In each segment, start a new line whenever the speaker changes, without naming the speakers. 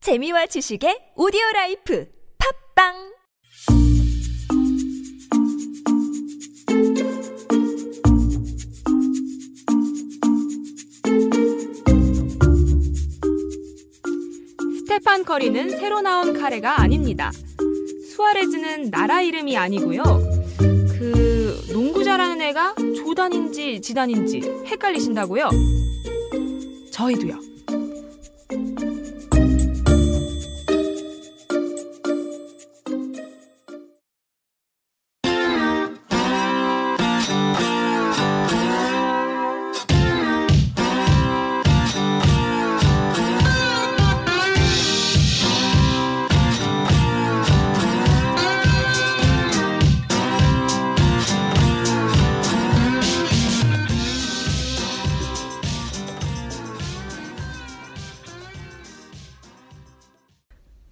재미와 지식의 오디오 라이프 팝빵
스테판 커리는 새로 나온 카레가 아닙니다. 수아레즈는 나라 이름이 아니고요. 그 농구 잘하는 애가 조단인지 지단인지 헷갈리신다고요? 저희도요.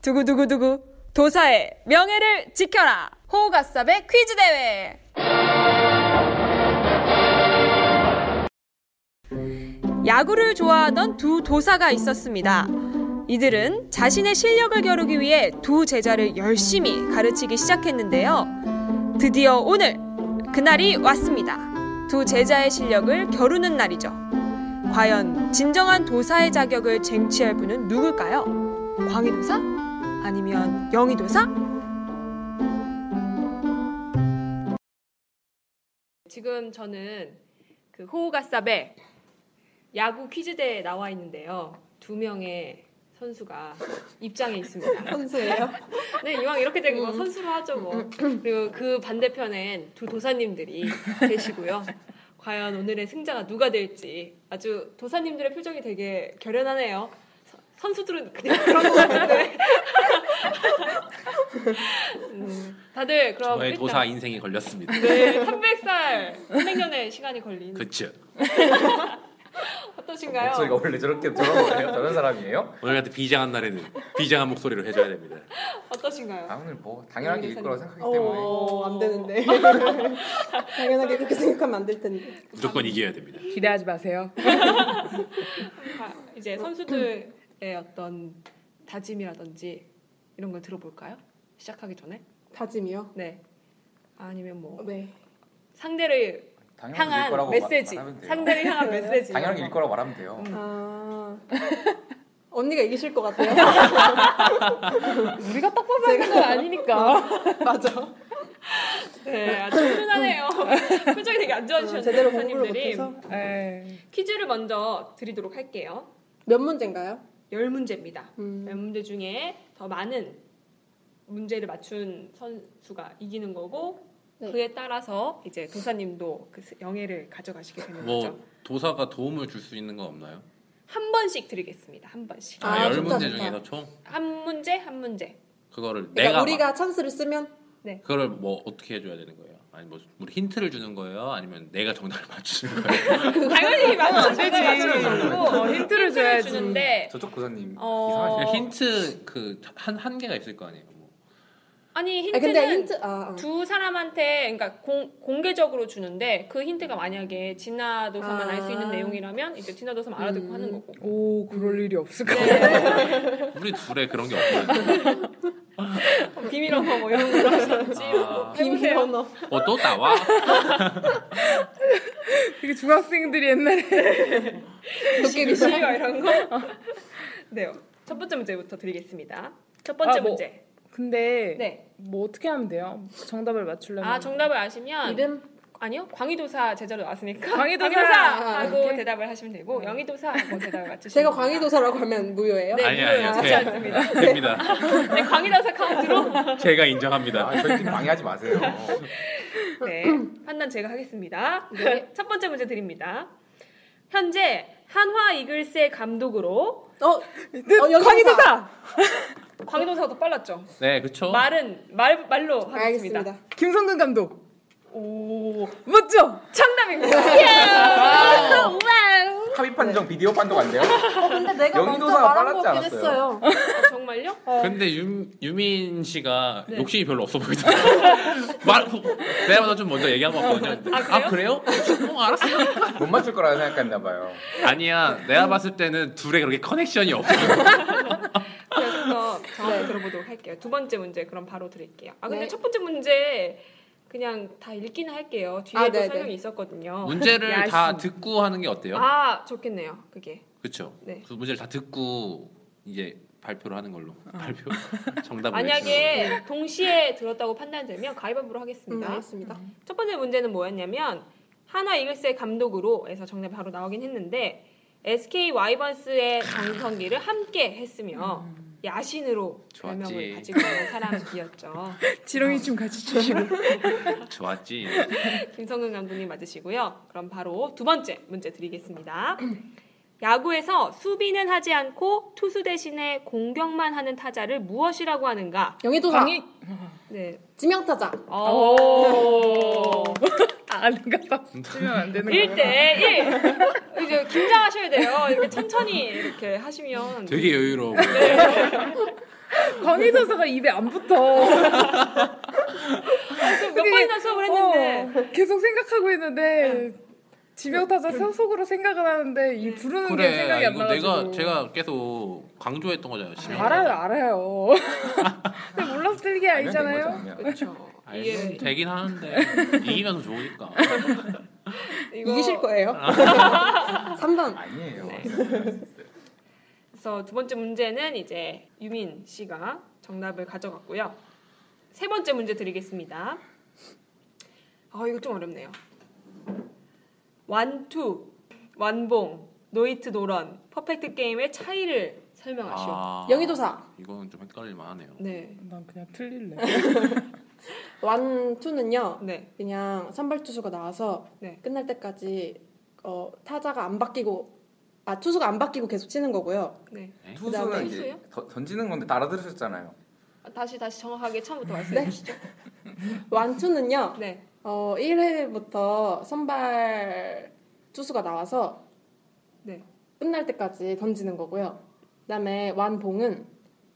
두구두구두구 도사의 명예를 지켜라 호가삽의 퀴즈 대회 야구를 좋아하던 두 도사가 있었습니다. 이들은 자신의 실력을 겨루기 위해 두 제자를 열심히 가르치기 시작했는데요. 드디어 오늘 그날이 왔습니다. 두 제자의 실력을 겨루는 날이죠. 과연 진정한 도사의 자격을 쟁취할 분은 누굴까요? 광희도사? 아니면 영희도사? 지금 저는 그 호우가사베 야구 퀴즈대에 나와 있는데요. 두 명의 선수가 입장에 있습니다.
선수예요?
네, 이왕 이렇게 된 거 선수로 하죠 뭐. 그리고 그 반대편엔 두 도사님들이 계시고요. 과연 오늘의 승자가 누가 될지 아주 도사님들의 표정이 되게 결연하네요. 서- 선수들은 그냥 그런 것 같은데. 음, 다들 그럼
저의
일단-
도사 인생이 걸렸습니다.
네, 300살 300년의 시간이 걸린
그치.
어떠신가요?
목소리가 원래 저렇게 저런 거예요? 저런 사람이에요?
오늘 같은 비장한 날에는 비장한 목소리로 해줘야 됩니다.
아
어떠신가요?
오늘 뭐 당연하게 일 거라고 생각하기 때문에
어, 안 되는데. 당연하게 그렇게 생각하면 안 될 텐데.
무조건 이겨야 됩니다.
기대하지 마세요.
아, 이제 선수들의 어떤 다짐이라든지 이런 걸 들어볼까요? 시작하기 전에?
다짐이요?
네. 아니면 뭐
네.
상대를
당연하게 일
향한
거라고
메시지,
말, 하면 돼요.
상대를 향한 메시지. 네.
당연하게 일 거라고 말하면 돼요.
아. 언니가 이기실 것 같아요.
우리가 떡 뽑아야 건 아니니까.
어, 맞아.
네, 아주 훈훈하네요. 표정이 되게 안 좋아지셨네요.
어, 제대로 공부를
선생님들이
못해서.
에이.
퀴즈를 먼저 드리도록 할게요.
몇 문제인가요?
열 문제입니다.
음.
열 문제 중에 더 많은 문제를 맞춘 선수가 이기는 거고
네.
그에 따라서 이제 도사님도 그 스- 영예를 가져가시게 되는 거죠.
뭐 도사가 도움을 줄 수 있는 건 없나요?
한 번씩 드리겠습니다. 한 번씩.
아,
아, 열
좋다,
문제
좋다.
중에서 총
한 문제 한 문제.
그거를
그러니까
내가
우리가 찬스를 쓰면
막- 그거를 뭐 어떻게 해줘야 되는 거예요? 아니 뭐 우리 힌트를 주는 거예요? 아니면 내가 정답을 맞추는 거예요?
당연히 네, 맞춰
되지. 어, 힌트를 줘야지.
주는데
저쪽 도사님
어.
이상하시네.
힌트 그 한 한계가 있을 거 아니에요? 뭐.
아니
아,
힌트는
근데 힌트 아, 아.
두 사람한테 그러니까 공, 공개적으로 주는데 그 힌트가 만약에 진화도서만
아.
알 수 있는 내용이라면 이제 진화도서만 알아듣고
음.
하는 거고.
오,
음.
그럴 일이 없을 것 같아.
네.
우리 둘에 그런 게 없거든요.
비밀언어 뭐 이런 거 하셨지.
아,
비밀
해보세요.
언어.
어또 나와?
이게 중학생들이 옛날에
도깨비 씨.
시와 이런 거. 어. 네요. 첫 번째 문제부터 드리겠습니다. 첫 번째
아, 뭐.
문제.
근데
네.
뭐 어떻게 하면 돼요? 정답을 맞추려면
아 정답을 아시면
이름
아니요 광희도사 제자로 나왔으니까
광희도사! 아, 네.
하고
이렇게?
대답을 하시면 되고 영희도사 하고 대답을 맞추시면 됩니다.
제가 광희도사라고 하면 무효예요?
네,
아니
물론
아니
좋지 않습니다.
됩니다.
네, 광희도사 카운트로
제가 인정합니다.
아, 저희 팀 방해하지 마세요.
네, 판단 제가 하겠습니다.
네.
첫 번째 문제 드립니다. 현재 한화 이글스의 감독으로
어,
네,
어 여기서
광희도사
광희도사도 빨랐죠.
네 그쵸?
말은 말 말로 하겠습니다.
아, 알겠습니다.
김성근 감독
오,
맞죠?
정답입니다.
아.
와우.
합의
네.
판정 비디오 판독 안 돼요?
어, 근데 내가
영희도사가 빨랐지 않았어요?
아, 정말요?
근데 유, 유민 씨가
네.
욕심이 별로 없어 보이더라요 말, 내가 먼저 좀 먼저 얘기한 거 같거든요.
아,
그래요? 어, 알았어.
못 맞출 거라고 생각했나 봐요.
아,
아니야, 내가 봤을 때는 둘의 그렇게 커넥션이 없어.
그래서 들어보도록 할게요. 두 번째 문제 그럼 바로 드릴게요. 아 근데
네.
첫 번째 문제 그냥 다 읽기는 할게요.
아,
뒤에도
네네.
설명이 있었거든요.
문제를 다 듣고 하는 게 어때요?
아 좋겠네요. 그게
그렇죠.
네.
그 문제를 다 듣고 이제 발표를 하는 걸로 발표 정답을 외치는
만약에 동시에 들었다고 판단되면 가위바위보로
음,
하겠습니다.
알겠습니다.
첫 번째 문제는 뭐였냐면 하나 이글스의 감독으로에서 정답이 바로 나오긴 했는데 SK 와이번스의 정성기를 함께 했으며
음.
야신으로
좋았지.
별명을 가지고 있는 사람이었죠.
지렁이
아.
좀 같이 주시고.
걸로. 좋았지.
김성근 감독님 맞으시고요. 그럼 바로 두 번째 문제 드리겠습니다. 야구에서 수비는 하지 않고 투수 대신에 공격만 하는 타자를 무엇이라고 하는가? 어.
영희도사.
광희.
네.
지명타자.
오.
아, 내가 박수 치면 안 되는
1대 1. 이제 긴장하셔야 돼요. 이렇게 천천히 이렇게 하시면
되게 여유로워. 보여요.
광희 도사가 입에 안 붙어.
몇 번이나 수업을 했는데 네.
어, 계속 생각하고 있는데 지명타자
그-
속으로 생각은 하는데 이 부르는 게
그래. 아,
생각이 안
이거
나가지고.
내가 제가 계속 강조했던 거잖아요. 지명.
알아요, 알아요. 근데 몰라서 틀린 게 아니잖아요.
그렇죠.
알긴
이게-
되긴 하는데 이기면 더 좋으니까.
이거-
이기실 거예요. 3번.
아니에요.
네. 그래서 두 번째 문제는 이제 유민 씨가 정답을 가져갔고요. 세 번째 문제 드리겠습니다. 아 이거 좀 어렵네요. 완투, 완봉, 노이트 노런, 퍼펙트 게임의 차이를 설명하시오.
아,
영희도사.
이거는 좀 헷갈릴 만하네요.
네,
난 그냥 틀릴래.
완투는요.
네,
그냥 선발 투수가 나와서
네.
끝날 때까지 어, 타자가 안 바뀌고 아 투수가 안 바뀌고 계속 치는 거고요.
네.
투수는 이제
투수요?
더- 던지는 건데 알아들으셨잖아요.
아, 다시 다시 정확하게 처음부터 말씀해 주시죠.
완투는요.
네,
어, 1회부터 선발 투수가 나와서
네.
끝날 때까지 던지는 거고요. 그다음에 완봉은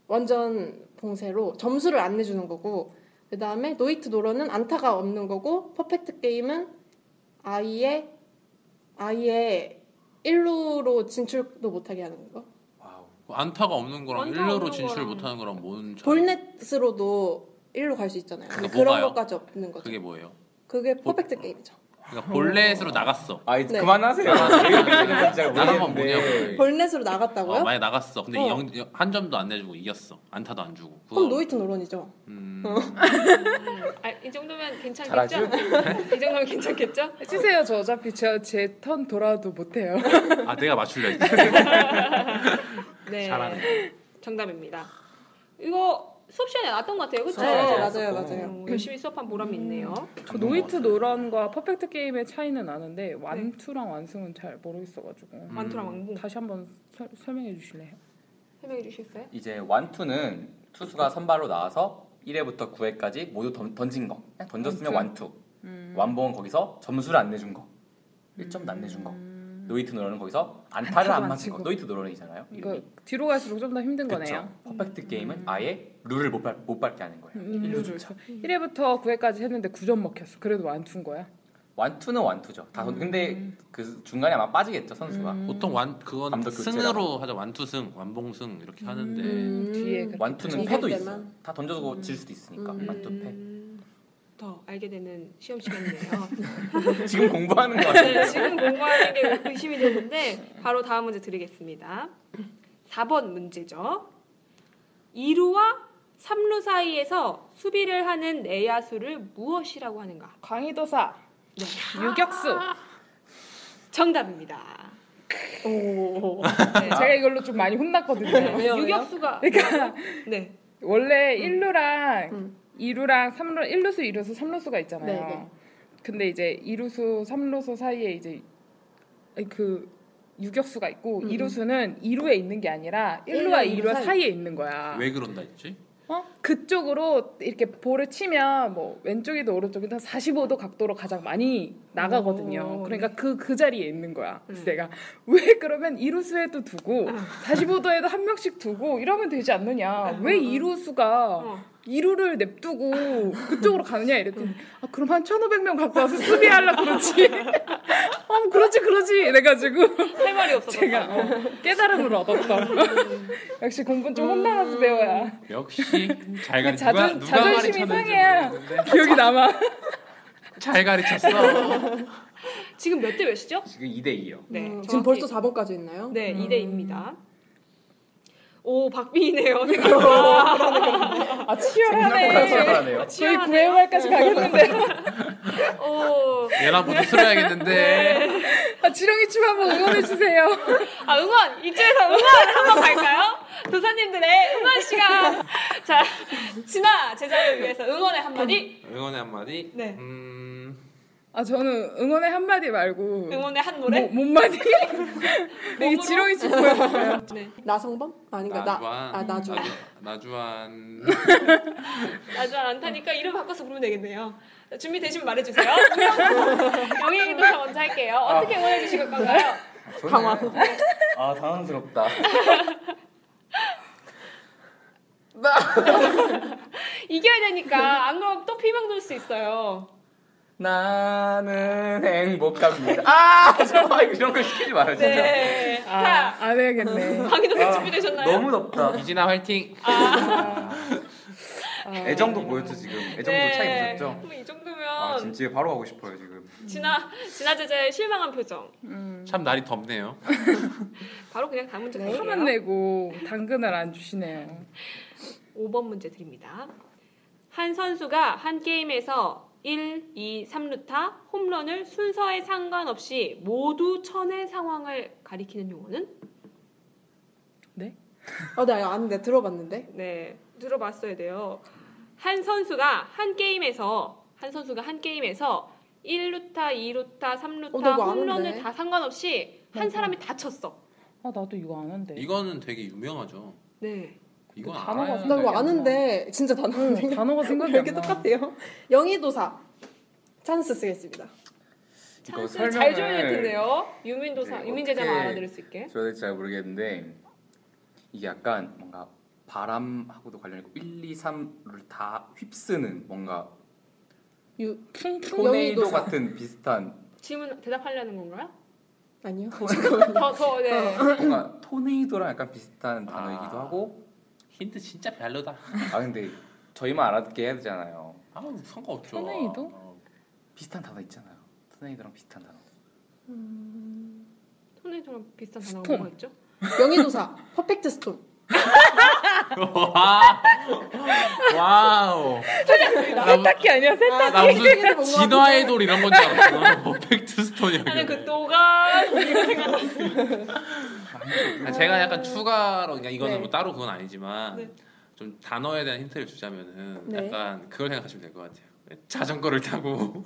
완전 봉쇄로 점수를 안 내주는 거고 그다음에 노이트 노런은 안타가 없는 거고 퍼펙트 게임은 아예 아예 1루로 진출도 못하게 하는 거.
와우.
그 안타가 없는 거랑
안타가
일루로
없는
진출
거랑.
못하는 거랑 뭔 차이?
볼넷으로도 1루 갈 수 있잖아요.
그게
그런
뭐가요?
것까지 없는 거죠.
그게 뭐예요?
그게 퍼펙트 게임이죠.
그러니까 볼넷으로 나갔어.
아 이제
네.
그만하세요.
나란
나란
건 뭐냐고.
볼넷으로 나갔다고요?
어, 만약 나갔어. 근데
어.
영- 영- 한 점도 안 내주고 이겼어. 안타도 안 주고.
그럼 어. 노이트 노런이죠.
음,
아, 이 정도면 괜찮겠죠?
잘하죠?
이 정도면 괜찮겠죠?
치세요, 저 어차피 제턴 돌아도 못해요.
아 내가 맞출려 했지.
네,
잘하네.
정답입니다. 이거 수업 시간에 나왔던 것 같아요, 그렇죠?
네,
네,
맞아요, 음.
맞았고.
맞아요.
어, 열심히 수업한 보람이 있네요.
저 노이트 노란과 퍼펙트 게임의 차이는 아는데 완투랑 완승은 잘 모르겠어가지고
음.
완투랑
음.
왕봉
다시 한번 설- 설명해 주실래요?
설명해 주시겠어요?
이제 완투는 투수가 선발로 나와서 1회부터 9회까지 모두 던, 던진 거. 그냥 던졌으면 완투.
음.
완봉은 거기서 점수를 안 내준 거. 1점도 안 내준 거. 노이트 노런은 거기서 안타를
음. 안타도
안
안
맞은 거.
치고.
노이트 노런이잖아요.
이거 그러니까 뒤로 갈수록 좀 더 힘든
음. 그렇죠.
거네요.
퍼펙트 게임은 아예 룰을 못, 밟, 못 밟게 하는 거예요.
음, 1회부터 9회까지 했는데 9점 먹혔어. 그래도 완투인 거야?
완투는 완투죠. 다
음.
던- 근데 그 중간에 아마 빠지겠죠 선수가.
보통 완 그건
감독 교체랑.
승으로 하자. 완투승, 완봉승 이렇게 하는데
음.
뒤에 그-
완투는
이길
패도 있어.
때만.
다 던져도 질 수도 있으니까
음.
완투 패.
음, 더 알게 되는 시험 시간이네요.
음.
지금 공부하는 거 같아요.
네, 지금 공부하는 게 의심이 되는데 바로 다음 문제 드리겠습니다. 4번 문제죠. 2루와 3루 사이에서 수비를 하는 내야수를 무엇이라고 하는가?
광희도사 유격수.
정답입니다.
오.
네.
제가 이걸로 좀 많이 혼났거든요.
네, 유격수가
그러니까
네.
원래 1루랑
음.
2루랑 3루 1루수, 2루수, 3루수가 있잖아요.
네, 네.
근데 이제 2루수, 3루수 사이에 이제 그 유격수가 있고 2루수는 2루에 있는 게 아니라 1루와
1루와
2루
음. 사이.
사이에 있는 거야.
왜 그런다 했지?
어? 그쪽으로 이렇게 볼을 치면 뭐 왼쪽이든 오른쪽이든 45도 각도로 가장 많이 나가거든요.
오, 네.
그러니까 그 그 자리에 있는 거야.
음.
그래서
아.
내가 왜 그러면 2루수에도 두고 45도에도 한 명씩 두고 이러면 되지 않느냐. 왜 2루수가
아. 어.
이루를 냅두고 그쪽으로 가느냐 이랬더니
음.
아 그럼 한 1,500명 갖고 와서 수비하려고 그러지. 어 그러지 그러지 이래가지고
할 말이 없어서
제가 어, 깨달음을 얻었다. 역시 공부는 좀 혼나서 배워야
역시 잘 가르 누가
자존-
누가
자존심이
가르쳤는지
상해야.
모르겠는데
기억이 남아.
잘 가르쳤어.
지금 몇 대 몇이죠?
지금 2대 2요.
네,
음, 지금
정확히.
벌써 음. 4번까지 했나요?
네, 2대입니다. 오, 박빙이네요. 생각보다.
아 치열하네.
잘하네요.
저희
아, 치열하네요.
9회말까지 가겠는데
오,
연합부터 쓸어야겠는데.
아, 지렁이 춤 한번 응원해 주세요.
아, 응원! 이쪽에서 응원! 한번 갈까요? 도사님들의 응원 시간! 자, 진아 제자를 위해서 응원의 한마디,
응원의 한마디.
네.
음,
아 저는 응원의 한마디 말고
응원의 한 노래.
뭐, 몸마디 되게
몸으로?
지렁이 춤 보였어요.
네.
나성범? 아닌가? 나,
나주한.
아, 나주한.
나주- 나주한.
아주 안 타니까 이름 바꿔서 부르면 되겠네요. 준비되시면 말해주세요. 영희도 다 먼저 할게요. 어떻게 응원해주실 건가요?
강화.
아 당황스럽다.
이겨야 되니까 안 그러면 또 피망 돌 수 있어요.
나는 행복합니다. 아 잠깐만 이거 이런 걸 시키지 마요 진짜.
네.
아,
자,
안 해야겠네.
방희
아,
동생 준비되셨나요?
너무 덥다.
이진아 화이팅.
아. 애정도 보였죠 지금. 애정도 차이 있었죠.
네. 뭐이 정도면
아 진지에 바로 가고 싶어요 지금.
진아 진아 제자의 실망한 표정.
참 날이 덥네요.
바로 그냥 다음 문제 갈게요.
화만 내고 당근을 안 주시네요.
5번 문제 드립니다. 한 선수가 한 게임에서 1, 2, 3루타 홈런을 순서에 상관없이 모두 쳐낸 상황을 가리키는 용어는?
어, 나 이거 아는데 들어봤는데.
네, 들어봤어야 돼요. 한 선수가 한 게임에서 한 선수가 한 게임에서 1루타, 2루타, 3루타
어, 나도 아는데.
홈런을 다 상관없이 한 사람이 다 쳤어.
아 나도 이거 안 한대.
이거는 되게 유명하죠.
네.
이건
단어가
알아야
나 이거
생각이 안
아는데 진짜 단어
응, 단어가 생각이
이렇게
안 나.
똑같아요. 영희도사 찬스 쓰겠습니다.
이거
찬스 잘 줘야 될 텐데요. 유민도사,
네,
유민제자만
어떻게-
알아들을 수 있게.
줘야 될지 잘 모르겠는데 이게 약간 뭔가 바람하고도 관련 있고 1, 2, 3를 다 휩쓰는 뭔가
유
풍풍.
토네이도
영희도사.
같은 비슷한
질문 대답하려는 건가요?
아니요.
더, 더, 네.
어. 뭔가 토네이도랑 약간 비슷한 단어이기도
아.
하고
힌트 진짜 별로다.
아 근데 저희만 알아듣게 해야 되잖아요.
아우 상관없죠.
토네이도?
어,
비슷한 단어 있잖아요. 토네이도랑 비슷한 단어.
토네이도랑 비슷한 단어가
스톰.
뭐가 있죠?
영희도사 퍼펙트 어? 스톰.
아, 와우.
세탁기 아니야 세탁.
나 무슨
것
진화 아이돌 이런 건줄 뭐 알았어. 퍼펙트 스톤이야.
아니 그 노가
아, 제가 약간 추가로 그냥 이거는
네.
뭐 따로 그건 아니지만
네.
좀 단어에 대한 힌트를 주자면은
네.
약간 그걸 생각하시면 될 것 같아요. 네, 자전거를 타고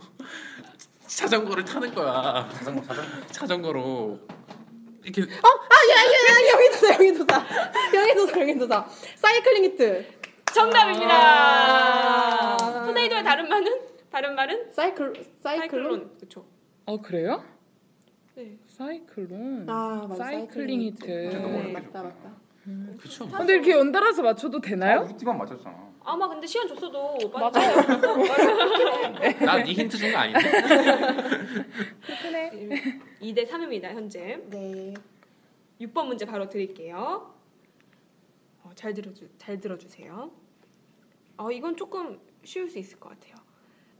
자전거를 타는 거야.
자전거 자전거
자전거로 이렇게
아, 예, 영희도사 영희도사 영희도사 영희도사 사이클링 히트
정답입니다.
아.
토네이도의 다른 말은 다른 말은
사이클 사이클론.
사이클론 그렇죠.
어 그래요?
네.
사이클론.
아 맞아.
사이클링 히트.
네.
맞다 맞다.
그쵸.
근데 이렇게 연달아서 맞춰도 되나요?
우리 팀만 맞췄잖아.
아마 근데 시간 줬어도 맞아요.
나네 힌트 준 거 아닌데.
2대 3입니다 현재.
네.
6번 문제 바로 드릴게요. 어, 잘 들어주 잘 들어주세요. 어 이건 조금 쉬울 수 있을 것 같아요.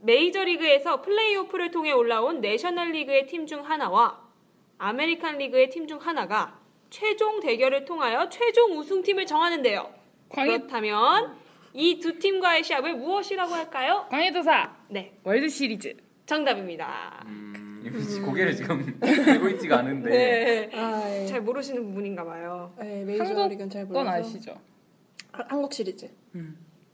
메이저리그에서 플레이오프를 통해 올라온 내셔널리그의 팀 중 하나와 아메리칸 리그의 팀 중 하나가 최종 대결을 통하여 최종 우승팀을 정하는데요.
광희
그렇다면 이 두 팀과의 시합을 무엇이라고 할까요?
광희도사
네,
월드 시리즈.
정답입니다.
음,
이미 지- 고개를 지금 들고 있지가 않은데
네.
아, 예.
잘 모르시는 부분인가 봐요.
예, 메이저
한국
리그는 잘 몰라서.
건 아시죠?
하- 한국 시리즈.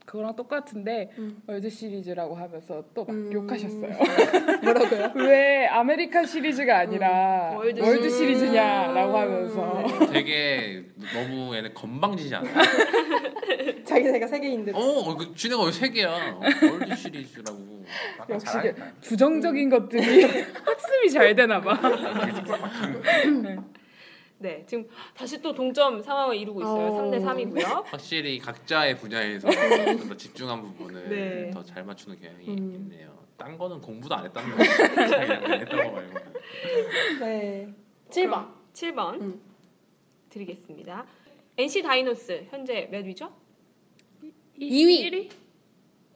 그거랑 똑같은데
음.
월드 시리즈라고 하면서 또 막
음.
욕하셨어요.
뭐라고요?
네. 왜 아메리카 시리즈가 아니라
음, 월드
월드,
시리즈.
시리즈냐라고 음. 하면서
되게 너무 얘네 건방지지 않아?
자기네가 세계인들.
어, 그 준혜가 왜 세 개야? 월드 시리즈라고.
약간
역시
아, 잘하니까.
부정적인 것들이 학습이 잘 되나 봐.
네, 지금 다시 또 동점 상황을 이루고 있어요.
어.
3대 3이고요.
확실히 각자의 분야에서 좀더 집중한 부분을
네.
더 잘 맞추는 경향이
음.
있네요. 딴 거는 공부도 안 했다는 거 자기랑 그냥 했던 거 말고.
네. 7번.
7번
음.
드리겠습니다. NC 다이노스 현재 몇 위죠?
2위.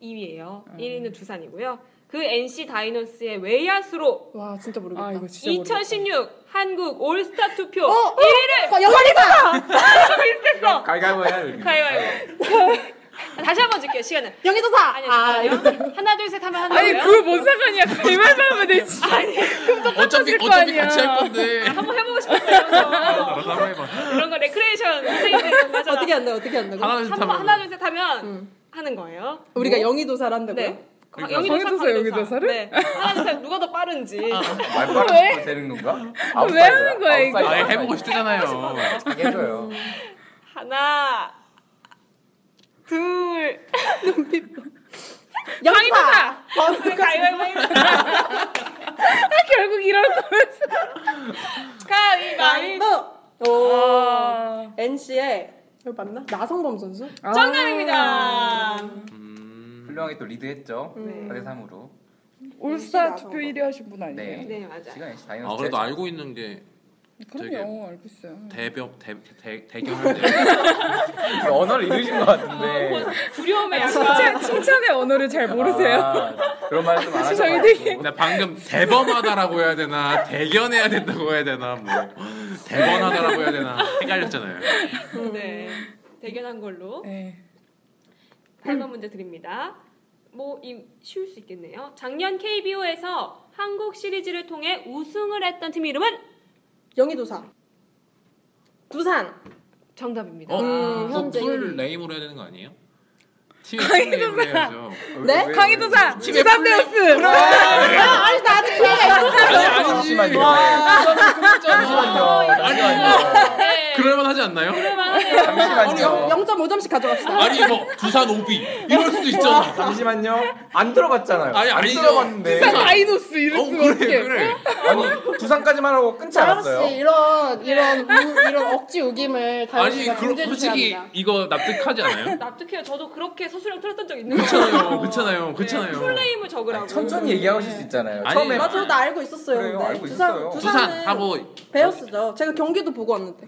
2위예요. 1위는 두산이고요. 그 NC 다이노스의 외야수로
와, 진짜 모르겠다.
아 이거 진짜 모르겠다.
2016 한국 올스타 투표
어, 어, 1위를! 어, 영원이다!
그
비슷했어.
갈갈보 해야 돼.
가위바위보. 다시 한번 줄게요. 시간은
영희도사!
아니요. 잠깐만요. 하나 둘 셋 하면
아니
하나고요.
그거 뭔 상관이야? 가위바위보 하면 되지.
어차피
거
어차피
아니야.
같이 할 건데.
한번 해보고 싶었어요.
알아서 한번 해봐.
그런 거 레크레이션 선생님들 하잖아.
어떻게 한다, 어떻게 한다고?
하나 둘셋
한번
하면
하나 둘 셋 하면
음.
하는 거예요.
우리가 영희도사를 한다고요?
네.
그러니까
영희도
성의도사,
사파도 사.
영희도 사를?
네. 하나 둘 셋 누가 더 빠른지.
아. 말빠르게 되는 건가?
왜 하는 거야, 이거? 음.
아, 예, 해보고 싶대잖아요.
해줘요.
하나 둘.
영희도사! 어,
가위바위보. 해요.
결국 이럴 거면서.
가위바위보.
아, 나이도! 오.
아.
NC의, 이거 맞나? 나성범 선수?
정답입니다.
음,
훌륭하게 또 리드했죠.
음.
네.
4대 3으로.
올스타
NC 가
투표 1위 하신 분 아니에요?
네.
네 맞아.
시간 다이너
아 그래도 알고 있는 게
그럼요, 알고 있어요.
대벽 대대 대결할 때 아,
언어를 잃으신 것 같은데.
어, 두려움에 약간.
칭찬, 칭찬의 언어를 잘 아, 모르세요.
아, 그런 말을 좀안 하죠.
저희 되게-
나 방금 대범하다라고 해야 되나 대견해야 된다고 해야 되나 뭐 대번하다라고 해야 되나 헷갈렸잖아요.
네. 대견한 걸로.
네.
8번 문제 드립니다. 뭐, 이, 쉬울 수 있겠네요. 작년 KBO에서 한국 시리즈를 통해 우승을 했던 팀 이름은?
영희도사. 두산.
정답입니다.
어,
음,
그거
현재
풀
일위.
네임으로 해야 되는 거 아니에요? 팀의 풀 네임으로 해야죠.
네?
강희도사, 주산데우스.
아, 아니, 나 아직 기회가 있어.
아니 아니지.
잠시만요. 잠시만요.
아니 아니. 그럴만 하지 않나요?
어.
잠시만요.
0.5점씩 가져갑시다.
아니 뭐 두산 오비 이럴 수도 있잖아.
어, 잠시만요. 안 들어봤잖아요.
아니,
안
아니죠.
들어봤는데.
다이노스
어
이랬으면
그래
어떡해.
그래.
아니 두산까지만 하고 끊지
다람씨
않았어요.
이런 이런 우- 이런 억지 우김을
아니
다람씨가
그럼
굉장히
솔직히
좋아합니다.
이거 납득하지 않아요?
납득해요. 저도 그렇게 서술형 틀었던 적 있는
그렇잖아요. 그렇잖아요. 그렇잖아요.
풀네임을 적으라고.
천천히 얘기하실 수 있잖아요.
아니,
처음에
맞아.
맞아요, 나 알고 있었어요.
그래요,
근데.
알고
두산,
있었어요.
두산
두산은 아,
하고
베어스죠. 제가 경기도 보고 왔는데.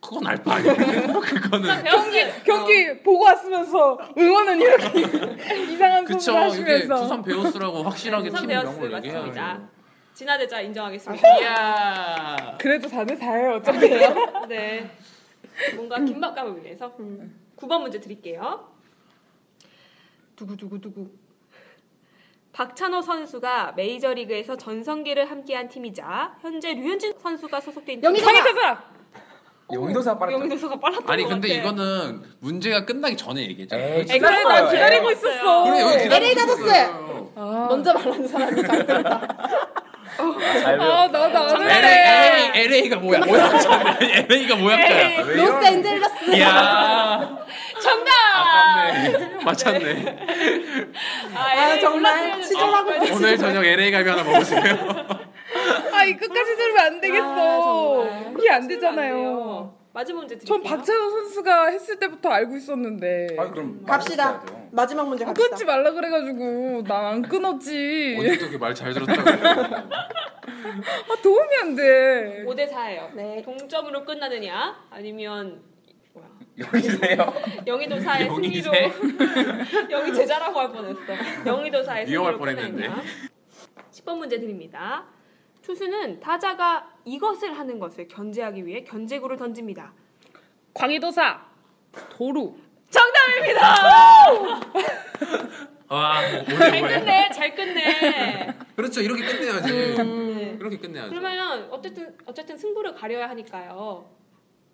그건 알 바 아니에요. 그거는
경기
경기 보고 왔으면서 응원은 이렇게 이상한
그쵸.
소리
이게
하시면서.
두산 베어스라고 확실하게
두산
팀
베어스
명을 얘기해야죠.
맞습니다. 네. 진화대자 인정하겠습니다.
이야.
그래도 4대 4예요, 어차피.
네. 뭔가 긴박감을 위해서. 9번 문제 드릴게요. 두구두구두구. 박찬호 선수가 메이저리그에서 전성기를 함께한 팀이자 현재 류현진 선수가 소속된 팀.
영희도사!
강희도사.
영희도사 빠르죠.
영희도서가 빨랐던
아니
것
근데
같아. 네,
이거는 문제가 끝나기 전에 얘기했잖아.
에이, 아,
에, 그래, 난
끝났어요. 예.
기다리고
에이.
있었어.
그래, 여기 기다리고
LA 다저스!
있었어요.
아,
먼저 말하는 사람이 잘된다
잘 배웠다.
아, 나, 나,
LA,
나.
LA, LA가 뭐야? 뭐야? LA가 뭐야?
왜 이런-
로스앤젤레스.
이야.
정답!
맞네. 맞췄네.
아
에이,
정말
몰랐어요.
치졸하고
오늘 저녁 LA 갈비 하나 먹으세요.
아, 이 끝까지 들으면 안 되겠어. 이게 안 되잖아요.
돼요. 마지막 문제 드릴게요.
전 박찬호 선수가 했을 때부터 알고 있었는데.
아니, 그럼
갑시다.
말했어야죠.
마지막 문제 갑시다.
끊지 말라 그래가지고 난 안 끊었지.
네.
언제 그렇게 말 잘 들었다고.
아 도움이 안 돼.
5대 4예요.
네.
동점으로 끝나느냐 아니면 뭐야?
여기세요.
영희도사의
영희세?
승리로 영희 제자라고 할 뻔했어. 영희도사의
미워할
승리로
뻔했는데.
끝나냐? 10번 문제 드립니다. 투수는 타자가 이것을 하는 것을 견제하기 위해 견제구를 던집니다.
광희도사 도루.
정답입니다.
와, 오늘
잘
뭐야?
끝내, 잘 끝내.
그렇죠. 이렇게 끝내야지. 그렇게 끝내야죠.
음. 그러면 어쨌든 어쨌든 승부를 가려야 하니까요.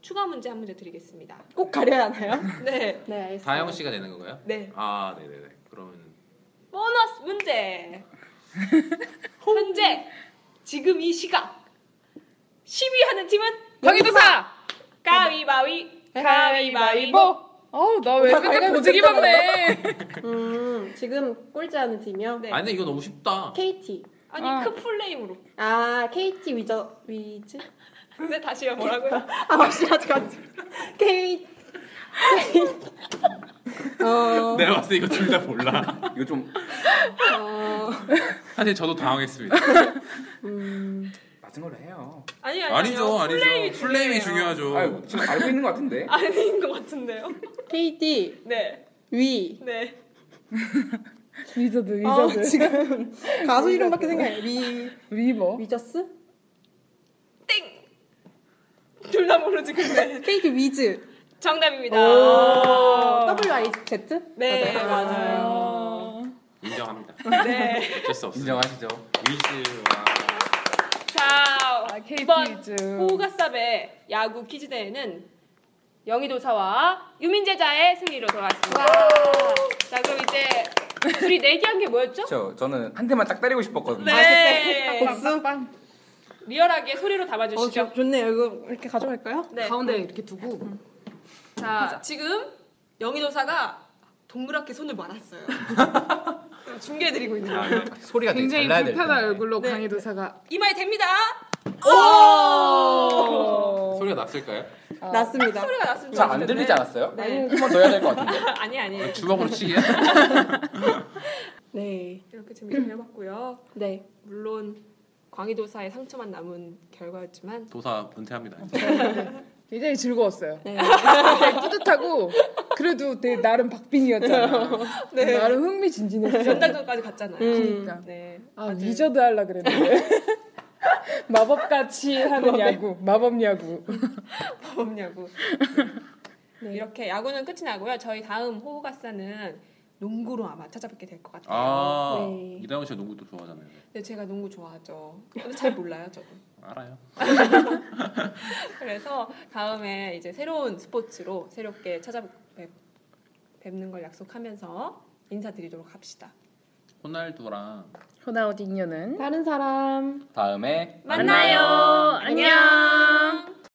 추가 문제 한 문제 드리겠습니다.
꼭 가려야 하나요?
네,
네 알겠습니다.
다영 씨가 되는 건가요?
네.
아, 네네네. 그러면
보너스 문제. 현재 지금 이 시각 10위하는 팀은
광희도사.
가위바위 네. 가위바위보.
뭐? 아우 나 왜 맨날 고지기 받네.
음 지금 꼴찌하는 팀이요.
네.
아니 근데 이거 너무 쉽다.
KT.
아니 그큰
어.
풀네임으로.
아 KT 위저 위즈.
근데 다시요 뭐라고요?
아, 마시아트 같이. 게임. 어,
내가 봤을 때 이거 둘 다 몰라.
이거 좀
어,
사실 저도 당황했습니다.
음,
낮은 걸로 해요.
아니 아니
아니죠,
아니요. 플레임이
아니죠. 플레임이 중요하죠.
아유 지금 알고 있는 것 같은데.
아닌 것 같은데요.
KD,
네,
위.
네.
위저드
아,
위저드
지금 가수 이름밖에 생각해. 위.
위버
위저스?
둘 다 모르지 근데.
KD 위즈.
정답입니다.
어. WIZ?
네 맞아요.
인정합니다.
네.
어쩔 수 없어요.
인정하시죠?
위즈와
자
아, KT
2번
위즈.
호가삽의 야구 퀴즈 대회는 영희도사와 유민제자의 승리로 돌아왔습니다. 자 그럼 이제 둘이 내기한 게 뭐였죠?
저 아, 저는 한 대만 딱 때리고 싶었거든요.
네.
복수?
리얼하게 소리로
어,
담아주시죠.
좋, 좋네요. 이거 이렇게 가져갈까요?
네.
가운데 이렇게 두고
자, 지금 영희도사가 동그랗게 손을 말았어요. 중계해드리고 있는 거예요.
아, 그 소리가
아, 굉장히 불편한 얼굴로
네.
강의도사가
이마에 댑니다. 어.
소리가 났을까요?
어. 났습니다.
소리가 났으면
잘 안 들리지 않았어요?
네.
한 번 더 해야 될 것 같은데.
아니 아니.
주먹으로 치기야?
네.
이렇게 재미를 해봤고요.
네.
물론 광희도사의 상처만 남은 결과였지만
도사 은퇴합니다.
네.
굉장히 즐거웠어요.
네.
되게 뿌듯하고 그래도 되게 나름 박빙이었잖아요. 나름 흥미진진했어.
연장전까지 갔잖아요.
음.
그러니까.
네.
아 위저드 할라 그랬는데 마법같이 하는 야구 마법 야구
없냐고. 네. 이렇게 야구는 끝이 나고요. 저희 다음 호호가사는 농구로 아마 찾아뵙게 될 것 같아요.
아
네.
이다영 씨가 농구도 좋아하잖아요.
근데 제가 농구 좋아하죠. 근데 잘 몰라요, 저도.
알아요.
그래서 다음에 이제 새로운 스포츠로 새롭게 찾아뵙는 걸 약속하면서 인사드리도록 합시다.
호날두랑
호나우디뇨는
다른 사람.
다음에
만나요. 안녕.